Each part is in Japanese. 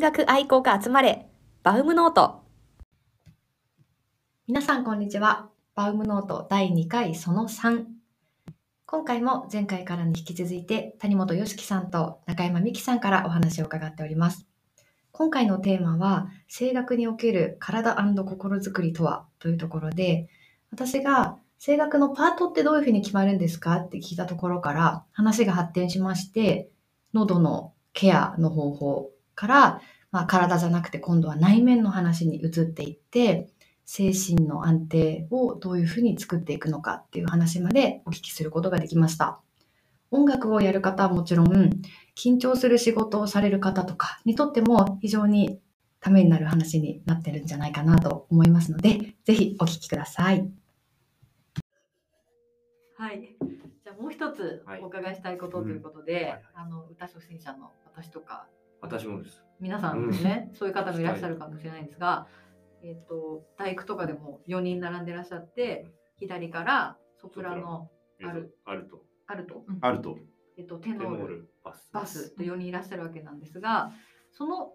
学愛好家集まれ、バウムノート。皆さんこんにちは。バウムノート第2回その3。今回も前回からに引き続いて谷本よしきさんと中山美希さんからお話を伺っております。今回のテーマは声楽における体心づくりとはというところで私が声楽のパートってどういうふうに決まるんですかって聞いたところから話が発展しまして喉のケアの方法から、まあ、体じゃなくて今度は内面の話に移っていって精神の安定をどういうふうに作っていくのかっていう話までお聞きすることができました。音楽をやる方はもちろん、緊張する仕事をされる方とかにとっても非常にためになる話になってるんじゃないかなと思いますので、ぜひお聞きください。はい。じゃあもう一つはいお伺いしたいことということで、はいはいあの歌初心者の私とか私もです。皆さんですね、そういう方もいらっしゃるかもしれないんですが、えっ、と大工とかでも4人並んでらっしゃって、うん左からソプラソプラノ、あるあると。アルト、あると。えっ、とテテノノーール、ル、バス。バスと4人いらっしゃるわけなんですが、その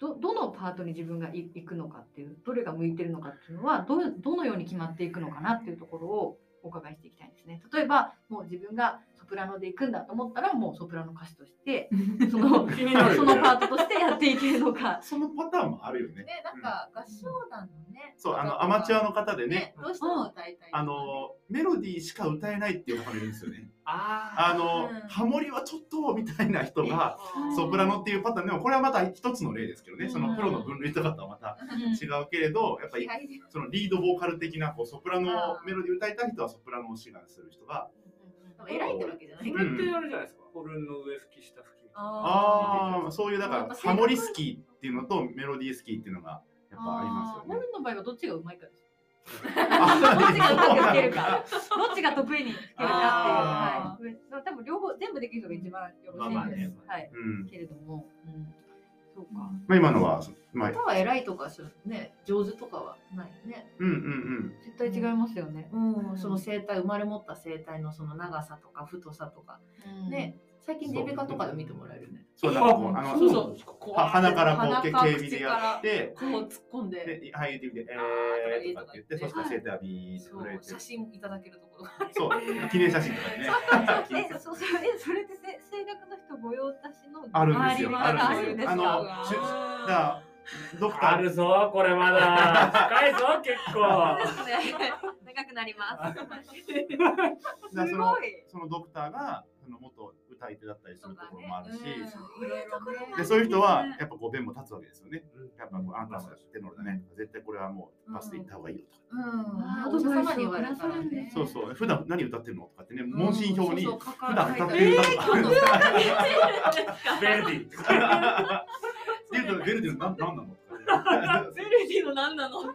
どどのパートに自分がい行くのかっていう、どれが向いてるのかっていうのはどう、どのように決まっていくのかなっていうところをお伺いしていきたいんですね。例えば、もう自分がソプラノで行くんだと思ったら、もうソプラノ歌手と して、その気になるそよねのパートとしてやっていけるのか。そのパターンもあるよね。ね、なんか合唱団のね、そう、あの、アマチュアの方ででね、ね、どうしても歌いたい、あ、の、メロディーしか歌えないっていう方がいるんですよね。ああのうん、ハモリはちょっと、みたいな人が、ソプラノっていうパターン、でもこれはまた一つの例ですけどね、そのプロの分類とかとはまた違うけれど、やっぱり気合いでそのリードボーカル的なこうソプラノメロディー歌いたい人はソプラノを志願する人が、偉いってわけじゃなーいこけど、れってあれじゃないですか。ホルンの上吹き下吹き。あああー、そういうだからハモリスキーっていうのとメロディースキーっていうのがやっぱありますモよルね。ンの場合はどっちがうまいかです。あどっちがうまくそ吹うけなるのか、どっちが得意に吹けるかあっていう、はい、多分両方全部できるのが一番よろしいんです。まあまあねはい。 うんけれども、うん、そうか。まあ今のは、まあ、歌は偉いとかするね、上手とかはないね。うんうんうん。絶対違いますよね。うん、その声帯、生まれ持った声帯のその長さとか太さとか、ね、最近耳鼻科とかで見てもらえるね。そう、なんかこう、あの、そうそうは鼻からこう、け鼻か警備でやって、こう突っ込んで、で、はい、言ってみて、あえーーとかって言って、そとしたからセータービーってそ震えうて写、真いただけるところが。そう、記念写真とかね。記念え、写そう真それえそれってせ声楽の人御用達のあるんです周りよ、のあ方るんですよ。ああるんですかの、しゅだからドクタあるぞ、これまだ。深いぞ、結構。そうですね長くなります。ー、だか らすそごの、い。そのドクターが、その元歌い手だったりするところもあるし、いろいろねで、そういう人は、やっぱこう、弁も立つわけですよね。やっぱこう、あんたはそうテノールだね。絶対これはもう、バスで行った方がいいよとか。うん、お父様に言われたらね。そうそう、普段何歌ってるのとかってね、問診票に、そう普そう書か段歌って書いるて歌とかあるんですよ。ベルディ。っていうと、ベルディの何なのとかね。ルディの何なの？す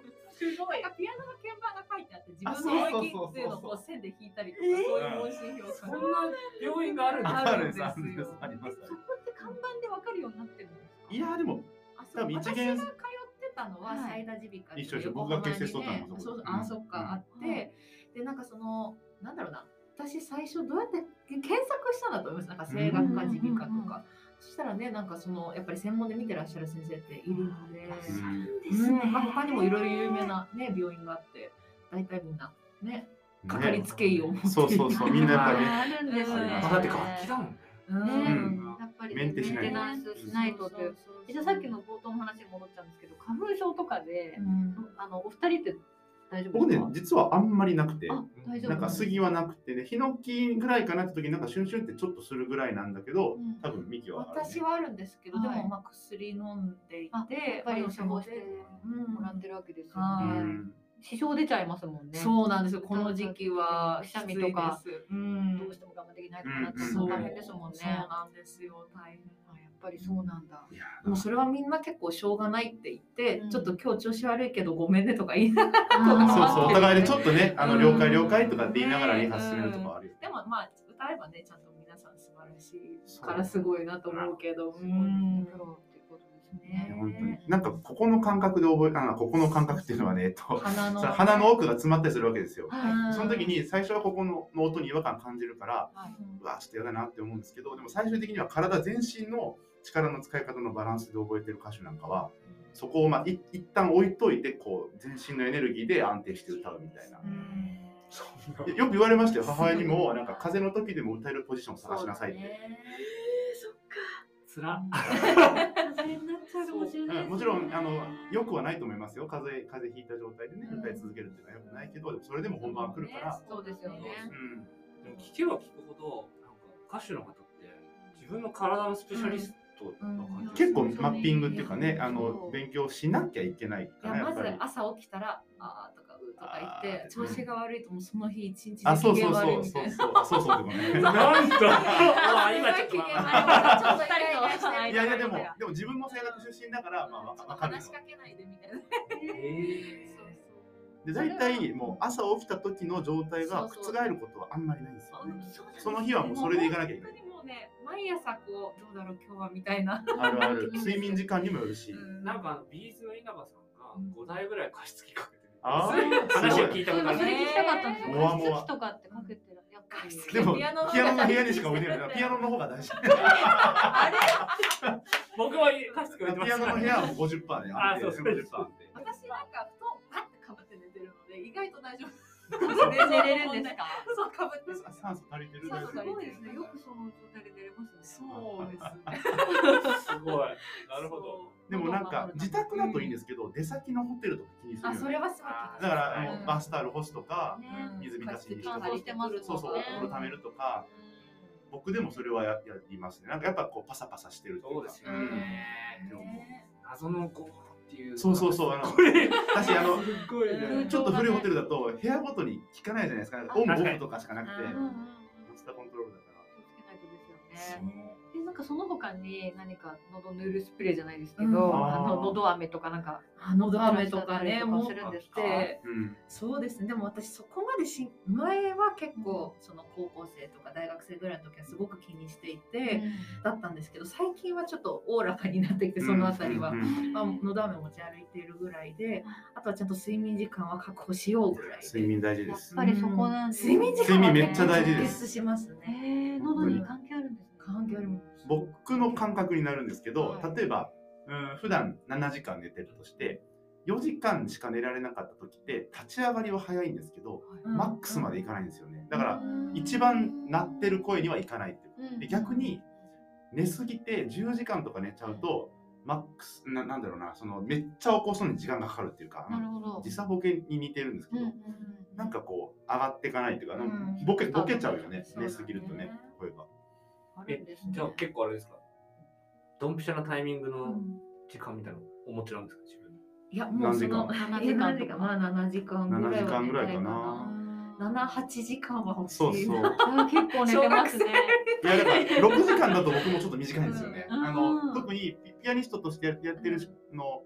ごい。ピアノの鍵盤が書いてあって、自分の音域っていうのをこう線で弾いたりとか、そういう問診票とそかんな病院があるんだ。あるんですよあんですありますそこって看板でわかるようになってるんですか？いやーでも、あそう多分一私元が通ってたのははい埼田耳鼻科一緒一緒僕が結成しとったのもそそうこそうあそっかあってでなんかそのなんだろうな私最初どうやって検索したんだと思いますなんか声楽科うん耳鼻科うんとうんうんかそしたらねなんかそのやっぱり専門で見てらっしゃる先生っているのでですねうんまあ他にもいろいろ有名なね病院があって大体みんなねかかりつけ医を持っているそうそうそう、みんなやっぱりね、あるんですね。だって楽器だもんね。うんんやっぱりメンテしないとメンテナンスしないとという。そうそうそうじゃあさっきの冒頭の話に戻っちゃうんですけど、花粉症とかでう、んあのお二人って大丈夫僕ですねか？、実はあんまりなくて、あ、大丈夫なんか杉はなくてね、ヒノキぐらいかなって時になんかシュンシュンってちょっとするぐらいなんだけどうん、多分幹はあるね。私はあるんですけど、はいでもまあ薬飲んでいあて、やっぱりま処あ方してうんもらってるわけですようはね。ん支障出ちゃいますもんね。そうなんですよ。この時期はくしゃみとかきついですうどんうしても我慢できないとかなっちゃうそのう大変ですもんね。そうなんですよ。大変。あやっぱりそうなん だ。いやーもうそれはみんな結構しょうがないって言って、うんちょっと今日調子悪いけどごめんねとか言いながら。そうあーそう、お互いでちょっとね、あの、うん了解了解とかって言いながらリハ進めるとかあるよ。でもまあ歌えばねちゃんと皆さん素晴らしいそうからすごいなと思うけど。すごういですんねプロっていうことですいやね。本当になんかここの感覚で覚え、あの、ここの感覚っていうのはね、えっと、鼻のさ鼻の奥が詰まったりするわけですよ。はその時に最初はここのの音に違和感感じるから、い。はい。うんうわちょっと嫌だなって思うんですけどでも最終的には体全身の力の使い方のバランスで覚えてる歌手なんかはそこをまあい一旦置いといてこう全身のエネルギーで安定して歌うみたいなそよく言われましたよ母親にもなんか風邪の時でも歌えるポジション探しなさいって、つら。風になっちゃうかもしれない、うんもちろんあのよくはないと思いますよ風邪風邪ひいた状態でね歌い続けるっていうのはよくないけどでもそれでも本番は来るから、そうですよね。うん、でも聞けば聞くほど、なんか歌手の方って、自分の体のスペシャリストな感じがす結る構マッピングっていうかねあそのう勉強しなきゃいけないいかやらやまっぱずり。朝起きたら「あ」とか「う」とか言っあてー調子が悪いともうその日一日あ、でそう機そ嫌うそ悪いうみそたいうな。そう、あそうそうでもね。なんと。ああ今ちょっと機嫌悪いまあからちょっとイライラしていやいやでもでも自分も声楽出身だからまあわちょかっとわかるよ話し。かけないでみたいな。えそうそうで大体もう朝起きた時の状態がそうそう覆ることはあんまりないんですよね。そうなんですその日はもうそれでいかなきゃいけないもう本当にもうね、毎朝こう、どうだろう、今日はみたいな。あるある。睡眠時間にもよるし。ーなんかあの、ビーズの稲葉さんが5台ぐらい加湿器かけてる。あー話を聞いたことあそれる。聞きたかったんですよ。もわ加もわ湿器とかってかけてる。やっぱりでもピピアアノの方がノの部屋にしか置いてない。ピアノの方が大事。僕は加湿器置いてまピすアかノらの部屋はもう50%で安定あそう50%安定。私なんか、布団パッてかぶって寝てるので、意外と大丈夫。寝れるんですか。そう、かぶってさ酸素足りてる酸大素丈足す夫りてるごいですね。よくその状態で寝れますね。そうですすね。ごい。なるほど。ど。でもなんか自宅だといいんですけど、出先のホテルとか気にするあ、よそね。れはすごい聞だいた。からあうのんバスタオル干すとか、ね。水浸しにして乾燥してますそうそう、おね風呂貯めるとか、僕でもそれはややりますね。なんかやっぱこうパサパサしてるとそうかですようねん。ね謎のゴーっていう。そうそうそう、あの、これ、私あの、すっごいね。ちょっと古いホテルだと部屋ごとに聞かないじゃないですか。オンオフとかしかなくて、うんうんうん。マスターコントロールだか気をつけないとですら。よね。でなんかその他に何か喉塗るスプレーじゃないですけど、うんあの喉飴とかなんかあのドアメとかね、もするんう。ですか。でうん。そうですね。でも私そこまでし前は結構その高校生とか大学生ぐらいの時はすごく気にしていて、だったんですけど、最近はちょっとおおらかになってきてそのあたりはう。んうんうんまあ、のど飴持ち歩いているぐらいで、あとはちゃんと睡眠時間は確保しようぐらいで。睡眠大事やでっす。ぱりそこなんですね睡眠時間はね睡眠めっちゃ大事です直結しますえね。ー、喉に関係あるんですね。環境よりも僕の感覚になるんですけど、はい例えば、うん、普段7時間寝てるとして、4時間しか寝られなかった時って、立ち上がりは早いんですけど、マックスまでいかないんですよね。だから、一番鳴ってる声にはいかないっていうで逆に寝すぎて10時間とか寝ちゃうとマックスななんだろうなそのめっちゃ起こすのに時間がかかるっていうかなるほど。時差ボケに似てるんですけど、なんかこう上がっていかないっていうか、なんかうんボケボケちゃうよねそうだね寝すぎるとね声が。あるんですねじゃあ結構あれですか。ドンピシャなタイミングうのん時間みたいなのお持ちなんですか自分。いやもうその7 7時時間間ととかかまあ7時間ぐらいは7時間ぐらいかな7、8時間は欲しい。そう そう。いやあ結構寝てますね。だから6時間だと僕もちょっと短いんですよね。うんあうんの特にピピアニストとしてややってるの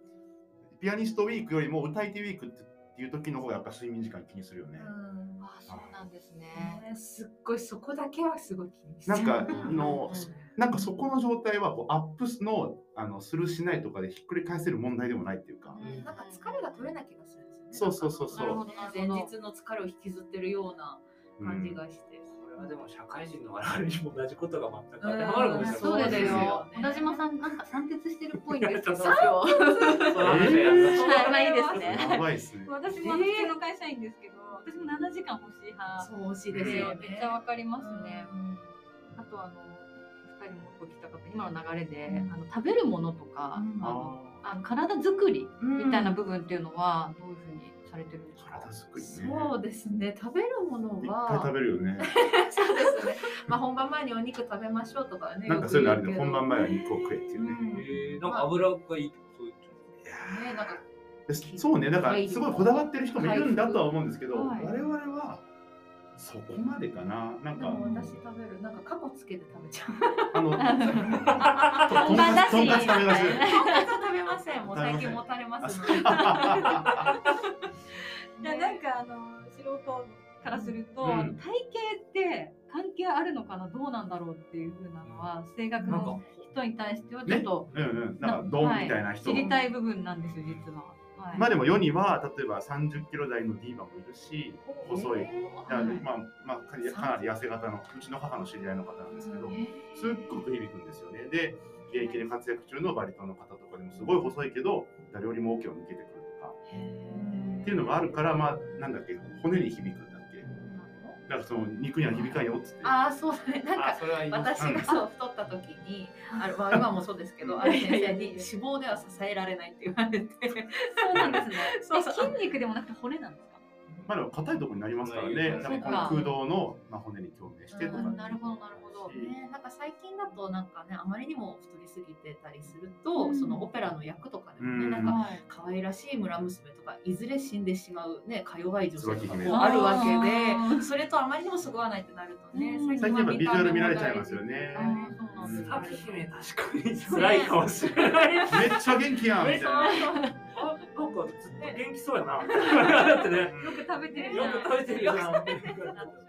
ピアニストウィークよりも歌い手ウィークっていう時の方がやっぱ睡眠時間気にするよね。うんあそうなんですね。ねすっごいそこだけはすごい気にしちゃなうんかうんのなんかそこの状態はこうアップのあのするしないとかでひっくり返せる問題でもないっていうか、うんなんか疲れが取れない気がするんですよね。そうそうそうなそんうかの前日の疲れを引きずってるようなうん感じがして。これはでも社会人の我々にも同じことが全く当てはまるかもしれんない。そうですそうですよよ。小田島さんなんか散徹してるっぽいんですけど。そうそうそういう話はやめましょうはいまあいいですね。やばいで すね。私も普通の会社員ですけど、私も7時間欲しい派。そう欲しいですよね。めっちゃわかりますね。うんあとあの二人もお聞きしたかった今の流れで、あの食べるものとか、うんあのああの体作りうんみたいな部分っていうのはどういうふうにされてるんでーすか。体作りね。そうですね。食べるものいっぱい食は。べるよね。そうですね。まあ、本番前にお肉食べましょうとかね。なんかそういうのあるよね。く言本うけど番前は肉を食えっていうね。えーなんか油がいいとかそういういやね、なんか。ーでそうね、だからすごいこだわってる人もいるんだとは思うんですけど、はい我々はそこまでかな。なんでか、も私食べる、なんか過去つけて食べちゃう。あの、と本ん番だしかつとんかつ食べだし。本当は食べません。もう最近もたれますので。いやなんかあの素人からすると、うんあの体型って関係あるのかなどうなんだろうっていうふうなのは声楽なんかの人に対してはちょっ ねと、うんうん。なんかドンみたいな人知。りたい部分なんですよ実は。はいまあでも世には例えば30キロ台のディーバもいるし細い、いやはいまあまあ、かなりかなり痩せ型のうちの母の知り合いの方なんですけどうんすっごく響くんですよねで現役で活躍中のバリトンの方とかでもすごい細いけど誰よりもオ、ケを抜けてくるとかっていうのがあるからまあなんだっけ骨に響くんだっけだからその肉には響かんよっつってああそうだねなんあかそれは言いま私すうんがそう太った時にあれ、まあ、今もそうですけ どある先生に脂肪では支えられないって言われてそうなんですね。 そうえそう筋肉でもなくて骨なんですか。まあでも硬いところになりますからね。だからこの空洞の、まあ、骨に共鳴してとかうんなるほどなるほど。ね、なんか最近だとなんかねあまりにも太りすぎてたりすると、うんそのオペラの役とかでもね、うんなんかはい。可愛らしい村娘とかいずれ死んでしまうねか弱い女性とか椿姫もあるわけあーでそれとあまりにもそぐわないってなるとね、。うん最近はビジュアル見られちゃいますすよねあ。ーそうなんです。さき姫確かに辛いかもしれない。 めっちゃ元気やんみたいな。あなんかずっと元気そうやな。 だってね。よく食べてるじゃよん。く食べてるじゃん。なってしまいますもんねなるほどです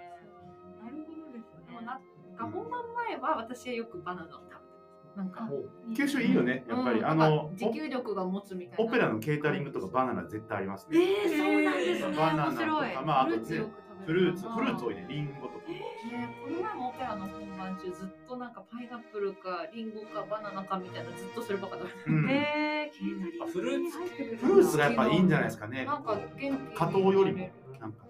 ね。でもなんか本番前は私はよくバナナを食べてます。なんか吸収いいよね、やっぱり。あの、持久力が持つみたいな。オペラのケータリングとかバナナ絶対ありますね。えー、そうなんですね。バナナ面と白い。か、まあ、あとねフルーツよく、フ食べるルーツ、フルーツ多いね、リンゴとか。ね、この前もオペラの本番中ずっとなんかパイナップルかリンゴかバナナかみたいなずっとそればっかだった。うんえー、ケータリングあフルーツ入ってくるんだフルーツがやっぱいいんじゃないですかね。なんか元気に加糖よりも、なんか、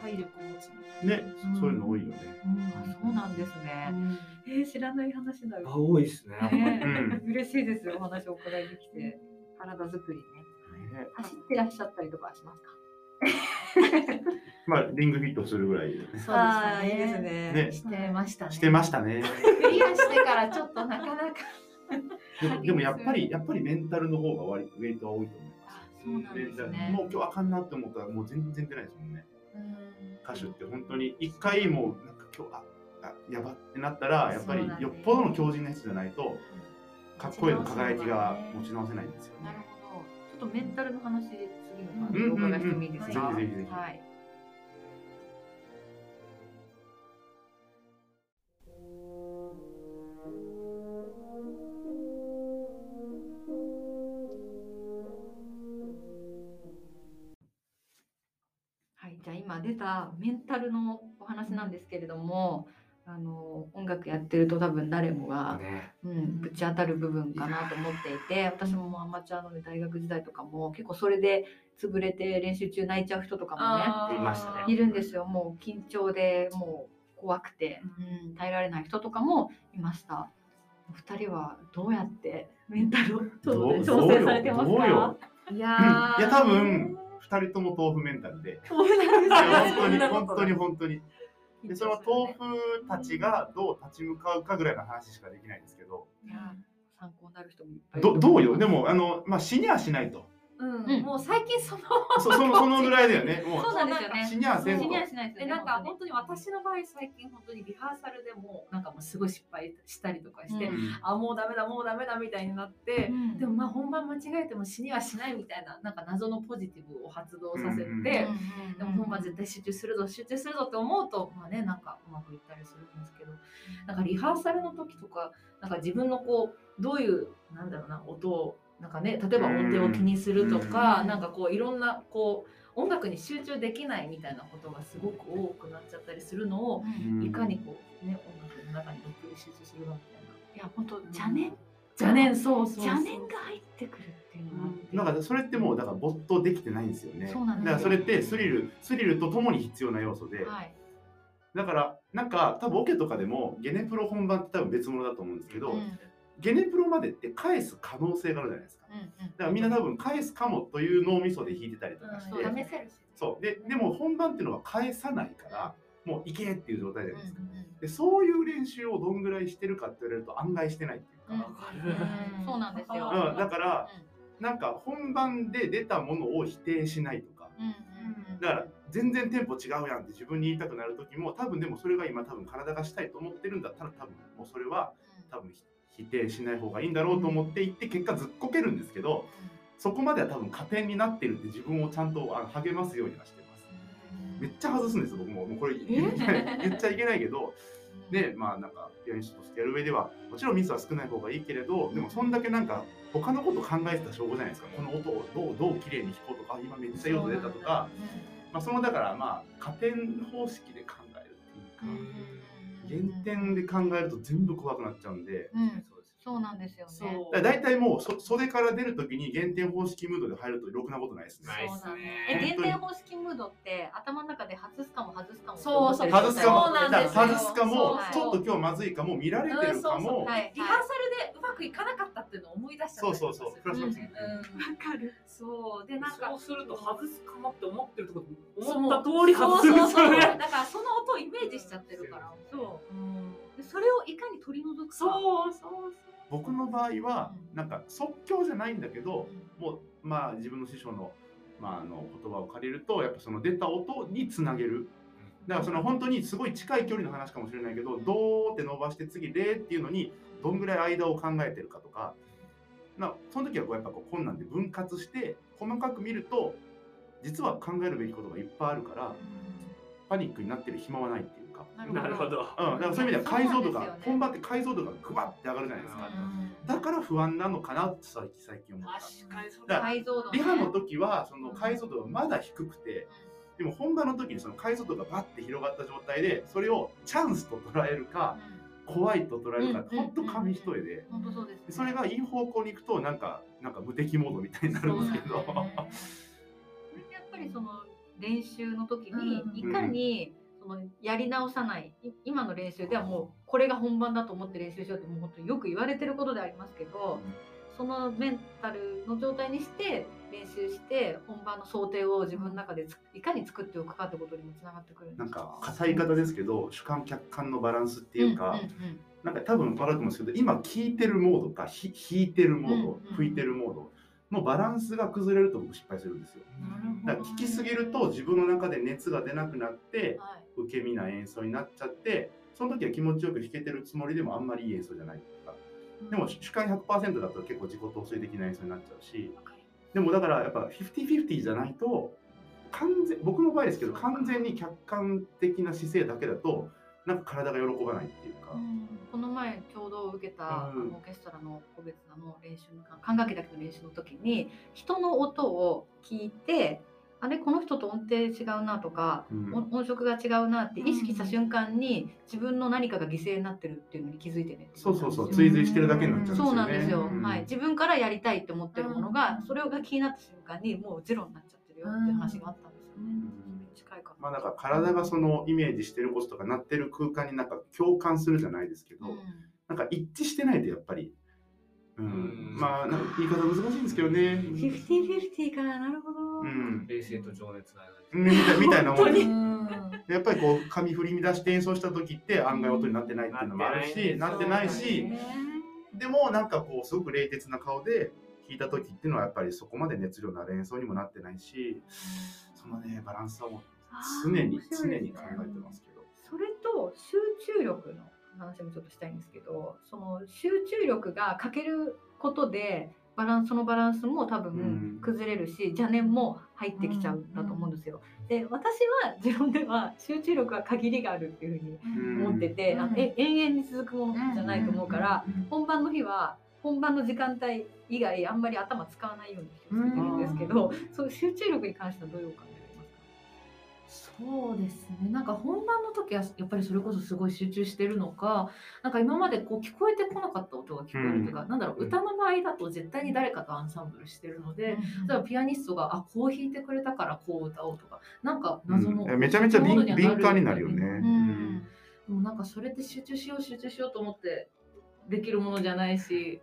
体力を持つみたいな。ね、そういうの多いよ ね。あそうなんですね。えー、知らない話だよ。あ多いですね。ねうん嬉しいですお話をお伺いできて体作りねね走ってらっしゃったりとかはしますかまあ、リングフィットするぐらいそうでしたねね。ね、してましたね。してましたね。クリアしてからちょっとなかなか。でもでもやっぱり、やっぱりメンタルの方が割ウェイトは多いと思います。そうなんですねもう今日あかんなって思ったらもう全然出ないですもんね歌手って本当に一回もうなんか今日ああやばってなったらやっぱりそうだねよっぽどの強靭な人じゃないとかっこいいの輝きが持ち直せないんですよなるね。ほどちょっとメンタルの話次の番う組んおうんうん伺いしてもいいですか、ぜひぜひぜひはいはい、じゃあ今出たメンタルのお話なんですけれども、あの音楽やってると多分誰もが、ね。うん、ぶち当たる部分かなと思っていて私ももうアマチュアので大学時代とかも結構それで潰れて練習中泣いちゃう人とかもあーいましたねねいるんですよもう緊張でもう怖くて、うん、耐えられない人とかもいました。お二人はどうやってメンタルをどう調整されてますどうかよいうんやーいや多分2人とも豆腐メンタルでそうなんですよいや本当にそんなことない本当に本当にでその豆腐腐たちがどう立ち向かうかぐらいの話しかできないんですけどいや参考になる人もいっぱいいるとど思いどまうすよでもあの、まあ、死にはしないとうん、もう最近 そのそそのそのぐらいだよねも うそうなんですよね死にはせんと死にはしないですでよねなんか本本当に私の場合最近本当にリハーサルでもなんかもうすごい失敗したりとかして、うあもうダメだもうダメだみたいになっ当て、にうんでもまあ本番間違えても死にはしないみたいななんか謎のポジティブを発動させて、うんうんでうんも本番絶対集中するぞ集中するぞって思うとまあねなんかうまくいったりするんですけどなんかリハーサルの時とかなんか自分のこうどういうなんだろうな音をなんかね例えば音程を気にするとか、うんなんかこういろんなこう音楽に集中できないみたいなことがすごく多くなっちゃったりするのうを、んいかにこうね音楽の中にどっぷり集中するかみたいないや本当邪念邪念そうそうそう邪念が入ってくるっていうのがあってなんかそれってもうだから没頭できてないんですよね。そうなんだですかよらそれってスリルスリルとともに必要な要素で、はいだからなんか多分オケとかでもゲネプロ本番って多分別物だと思うんですけど、うんうんゲネプロまでって返す可能性があるじゃないですか。だからみんな多分返すかもという脳みそで弾いてたりとかして、うん試せるしそうででも本番っていうのは返さないからもういけっていう状態じゃうんなういですか。んでそういう練習をどんぐらいしてるかって言われると案外してないっていうか。うんわかる。うんそうなんですようん、だからなんか本番で出たものを否定しないとかうんうんうんうんだから全然テンポ違うやんって自分に言いたくなる時も多分でもそれが今多分体がしたいと思ってるんだったら多分もうそれは多分否定しない方がいいんだろうと思っていって結果ずっこけるんですけどそこまでは多分加点になってるって自分をちゃんとあの励ますようにはしてます。めっちゃ外すんです僕ももうこ れ言っちゃいけないけどでまあなんかピアニストとしてやる上ではもちろんミスは少ない方がいいけれどでもそんだけなんか他のこと考えてた証拠じゃないですかこの音をどうどう綺麗に弾こうとかあ今めっちゃいい音出たとか。まあ、そのだからまあ加点方式で考えるっていうか、うんうんうんうん減点で考えると全部怖くなっちゃうんで、うん、そうですそうなんですよね。そうだから大体もうそ袖から出るときに減点方式ムードで入るとろくなことないですね。ないっすえね。減点方式ムードって頭の中で外すかも外すかもそうそう外すかもそうなんだですよから外すかもそうちょっと今日まずいかも見られてるかうんそうそうもはいはいリハーサルでうまくいかなかったっていうのを思い出しちゃったそうりとそうそかすうるフラッシュバックですねうんかる。そうでなんかそうすると外すかもって思ってるとこ思った通り外すんでそうすそうよそうね。だからその音をイメージしちゃってるからそううんでそれをいかに取り除くか。そうそう僕の場合はうんなんか即興じゃないんだけどうんもうまあ自分の師匠の,、まああの言葉を借りるとやっぱその出た音につなげるだからその本当にすごい近い距離の話かもしれないけどドーって伸ばして次レーっていうのにどんぐらい間を考えてるかとかなその時はこうやっぱこう困難で分割して細かく見ると実は考えるべきことがいっぱいあるからパニックになってる暇はないっていうか。ななるほど。うん、だからそういう意味では解像そうなんで度が、すよね本番って解像度がグワッて上がるじゃないですか、だから不安なのかなって最近最近思った確かにそうだだ。解像度ねリハの時はその解像度がまだ低くてでも本番の時にその解像度がバッて広がった状態でそれをチャンスと捉えるか怖いと捉えるかってうんほんと紙一重でうん本当そうですね。それがいい方向に行くとなんかなんか無敵モードみたいになるんですけどそうなんだよねそれってやっぱりその練習の時にうんいかにそのやり直さないい今の練習ではもうこれが本番だと思って練習しようってもう本当によく言われてることでありますけどそのメンタルの状態にして練習して本番の想定を自分の中でついかに作っておくかってことにもつながってくるんでなすんか硬い言い方ですけど主観客観のバランスっていうか、んんんなんか多分分かると思うんですけど今聞いてるモードかひ弾いてるモーうド、んうん吹いてるモードのバランスが崩れると僕失敗するんですよだから聞きすぎると自分の中で熱が出なくなってはい受け身な演奏になっちゃってその時は気持ちよく弾けてるつもりでもあんまりいい演奏じゃないとかでも主観100%だと結構自己陶酔的な演奏になっちゃうしでもだからやっぱ50-50じゃないと完全僕の場合ですけど完全に客観的な姿勢だけだとなんか体が喜ばないっていうか。この前ちょうど受けた、うんあのオーケストラの個別の練習の管楽器だけの練習の時に人の音を聞いてあれこの人と音程違うなとか、うん音音色が違うなって意識した瞬間に自分の何かが犠牲になってるっていうのに気づいてねってそうそうそう、言わ追れたんですよ随してるだけになっちゃうんですよね。そうなんですよ、んはい、自分からやりたいって思ってるものが、うんそれが気になった瞬間にもうゼロになっちゃってるよって話があったんですよね、ん近いかまあ、だから体がそのイメージしてることとかなってる空間になんか共感するじゃないですけど、うんなんか一致してないとやっぱり、うんうんまあなんか言い方難しいんですけどうね、フんィフティフィフティからなるほど、うん、冷静と情熱の間みたいみたいなもんですうんやっぱりこう紙振り乱して演奏した時って案外音になってないっていうのもあるし、うんなってないそうだしよねでもなんかこうすごく冷徹な顔で弾いた時っていうのはやっぱりそこまで熱量のある演奏にもなってないしそのねバランスはもう常に常に考えてますけど。それと集中力の話もちょっとしたいんですけどその集中力が欠けることでバランスそのバランスも多うん分崩れるし、邪念も入ってきちゃうんだと思うんですよ。で私は自分では集中力は限りがあるっていうふうにうん思ってて、うんあのえ永遠に続くものじゃないと思うから、本番の日は本番の時間帯以外あんまり頭使わないように気をつけてるんですけど、そういう集中力に関してはどういうお考えですかそうですねなんか本番の時はやっぱりそれこそすごい集中してるのかなんか今までこう聞こえてこなかった音が聞こえるというか、なんだろううん歌の場合だと絶対に誰かとアンサンブルしてるので、例えばピアニストがあこう弾いてくれたからこう歌おうとかなんか謎の、うんめちゃめちゃモード敏には敏感になるよね。うんうんでもなんかそれって集中しよう集中しようと思ってできるものじゃないし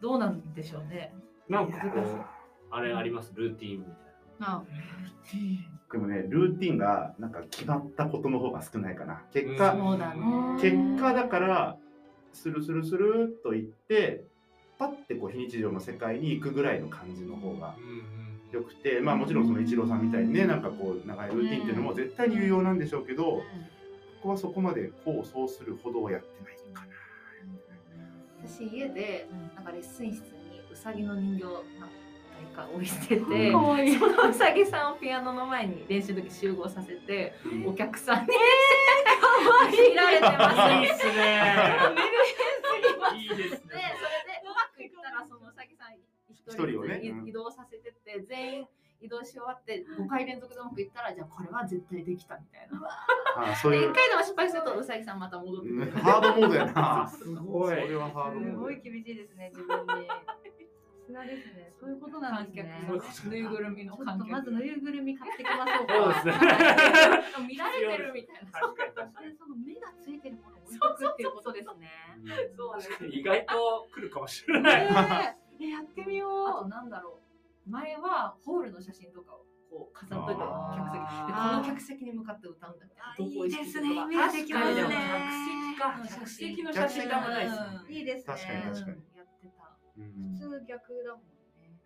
どうなんでしょうね。なんかこう、あれあります、ルーティンみたいあでもねルーティンがなんか決まったことの方が少ないかな結う果、んそうだね結果だからスルスルスルっといってパッてこう非日常の世界に行くぐらいの感じの方がな。うんよくてまあもちろんそのイチローさんみたいにねなんかこう長いルーティンっていうのも絶対に有用なんでしょうけど、ここはそこまでこうそうするほどはやってないかな。私家でなんかレッスン室にうさぎの人形なんか置いてうてんかわいいそのうさぎさんをピアノの前に練習の時集合させてお客さんに、えー、見られてます。いいっすね。すぎますいいですでそれでうまくいったらそのうさ木さんい一一人人をねずついうん移動させてって、全員移動し終わって5回連続でうまくいったらじゃあこれは絶対できたみたいな。あそういで1う、回でも失敗するとうさぎさんまた戻ってくうんる。ハードモードやな。すごいそれはハードすモごーいド。厳しいですね、自分に。さすがですね。そういうことなんですね。観客ぬいぐるみちょのっと観客まずぬいぐるみ買ってきましょうか。そ うですね。見られてるみたいな。確かにそ確かしてその目がついてるものを置いとくっていうことですね。そうね。に。意外と来るかもしれない。ねええやってみあよとう。なんだろう。前はホールの写真とかをこう飾っといてあ客席であーこの客席に向かって歌うんだみたいなあ。どこ意識いいとかですねイメージできますね確かにでも客客席か。客席席の客写席あ真あんまんまなないいでですすねね。いいですね。確かに確かにやってた。うん普通逆だもんね。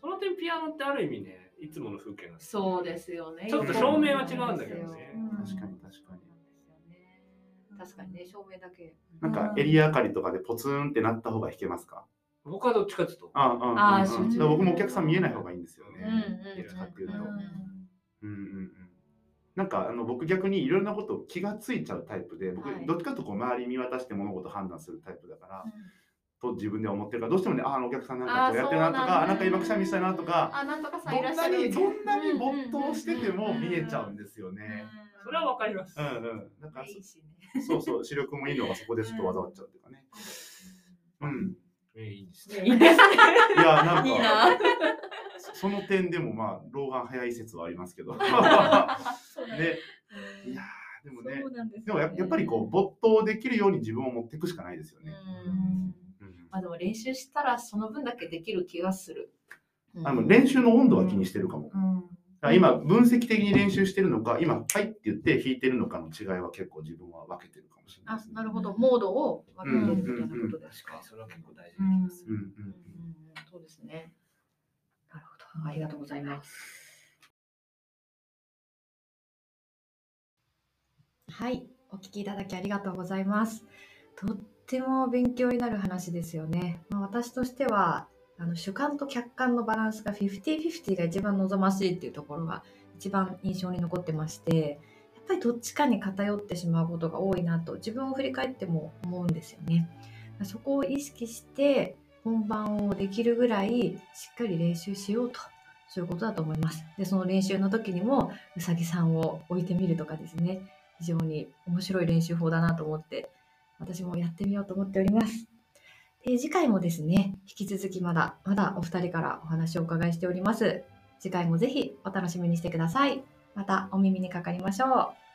その点ピアノってある意味ね、いつもの風景なんですよそうですよね。ちょっと照明は違うんだけどね。確かに確かに。うん確かにね、照明だけ。なんかエリア明かりとかでポツンってなった方が弾けますか僕はどっちかっていうと、ああああー集中だから僕もお客さん見えない方がいいんですよね。うんどっちかっていうと。ううんんうんうんなんかあの僕逆にいろんなことを気がついちゃうタイプで僕はいどっちかというとこう周り見渡して物事判断するタイプだから、と自分では思ってるからどうしてもねああのお客さんなんかこうやってるなとあーそうかなあんだなんか今くしゃみしたなとかあ、なんとかさんいどらんっしゃなるにみどたいな。んなに没頭してても見えちゃうんですようんね。それはわかりますう。んうん、なんかいいしね。そそうそう視力もいいのがそこでちょっとわざわっちゃうっていうかね。うん、えいいですね。いいですね。いやなんかいいな。その点でもまあ老眼早い説はありますけど。ね、いやーでもねそうなんですでよもねややっぱりこう没頭できるように自分を持っていくしかないですようね。ん。うんまあでも練習したらその分だけできる気がする。あの練習の温度は気にしてるかも。うん。だから今分析的に練習してるのか今「はい」って言って弾いてるのかの違いは結構自分は分けてるかもしれないあです、ね。なるほど、モードを分けてるみたいなことですか。それは結構大事な気がすうんうんううんんうんそうですね。なるほど、ありがとうございます。はい、お聞きいただきありがとうございます。とっても勉強になる話ですよね。まあ、私としてはあの主観と客観のバランスが50-50が一番望ましいっていうところが一番印象に残ってまして、やっぱりどっちかに偏ってしまうことが多いなと自分を振り返っても思うんですよね。そこを意識して本番をできるぐらいしっかり練習しようと。そういうことだと思います。で、その練習の時にも、うさぎさんを置いてみるとかですね。非常に面白い練習法だなと思って私もやってみようと思っております。で次回もですね引き続きまだまだお二人からお話をお伺いしております。次回もぜひお楽しみにしてください。またお耳にかかりましょう。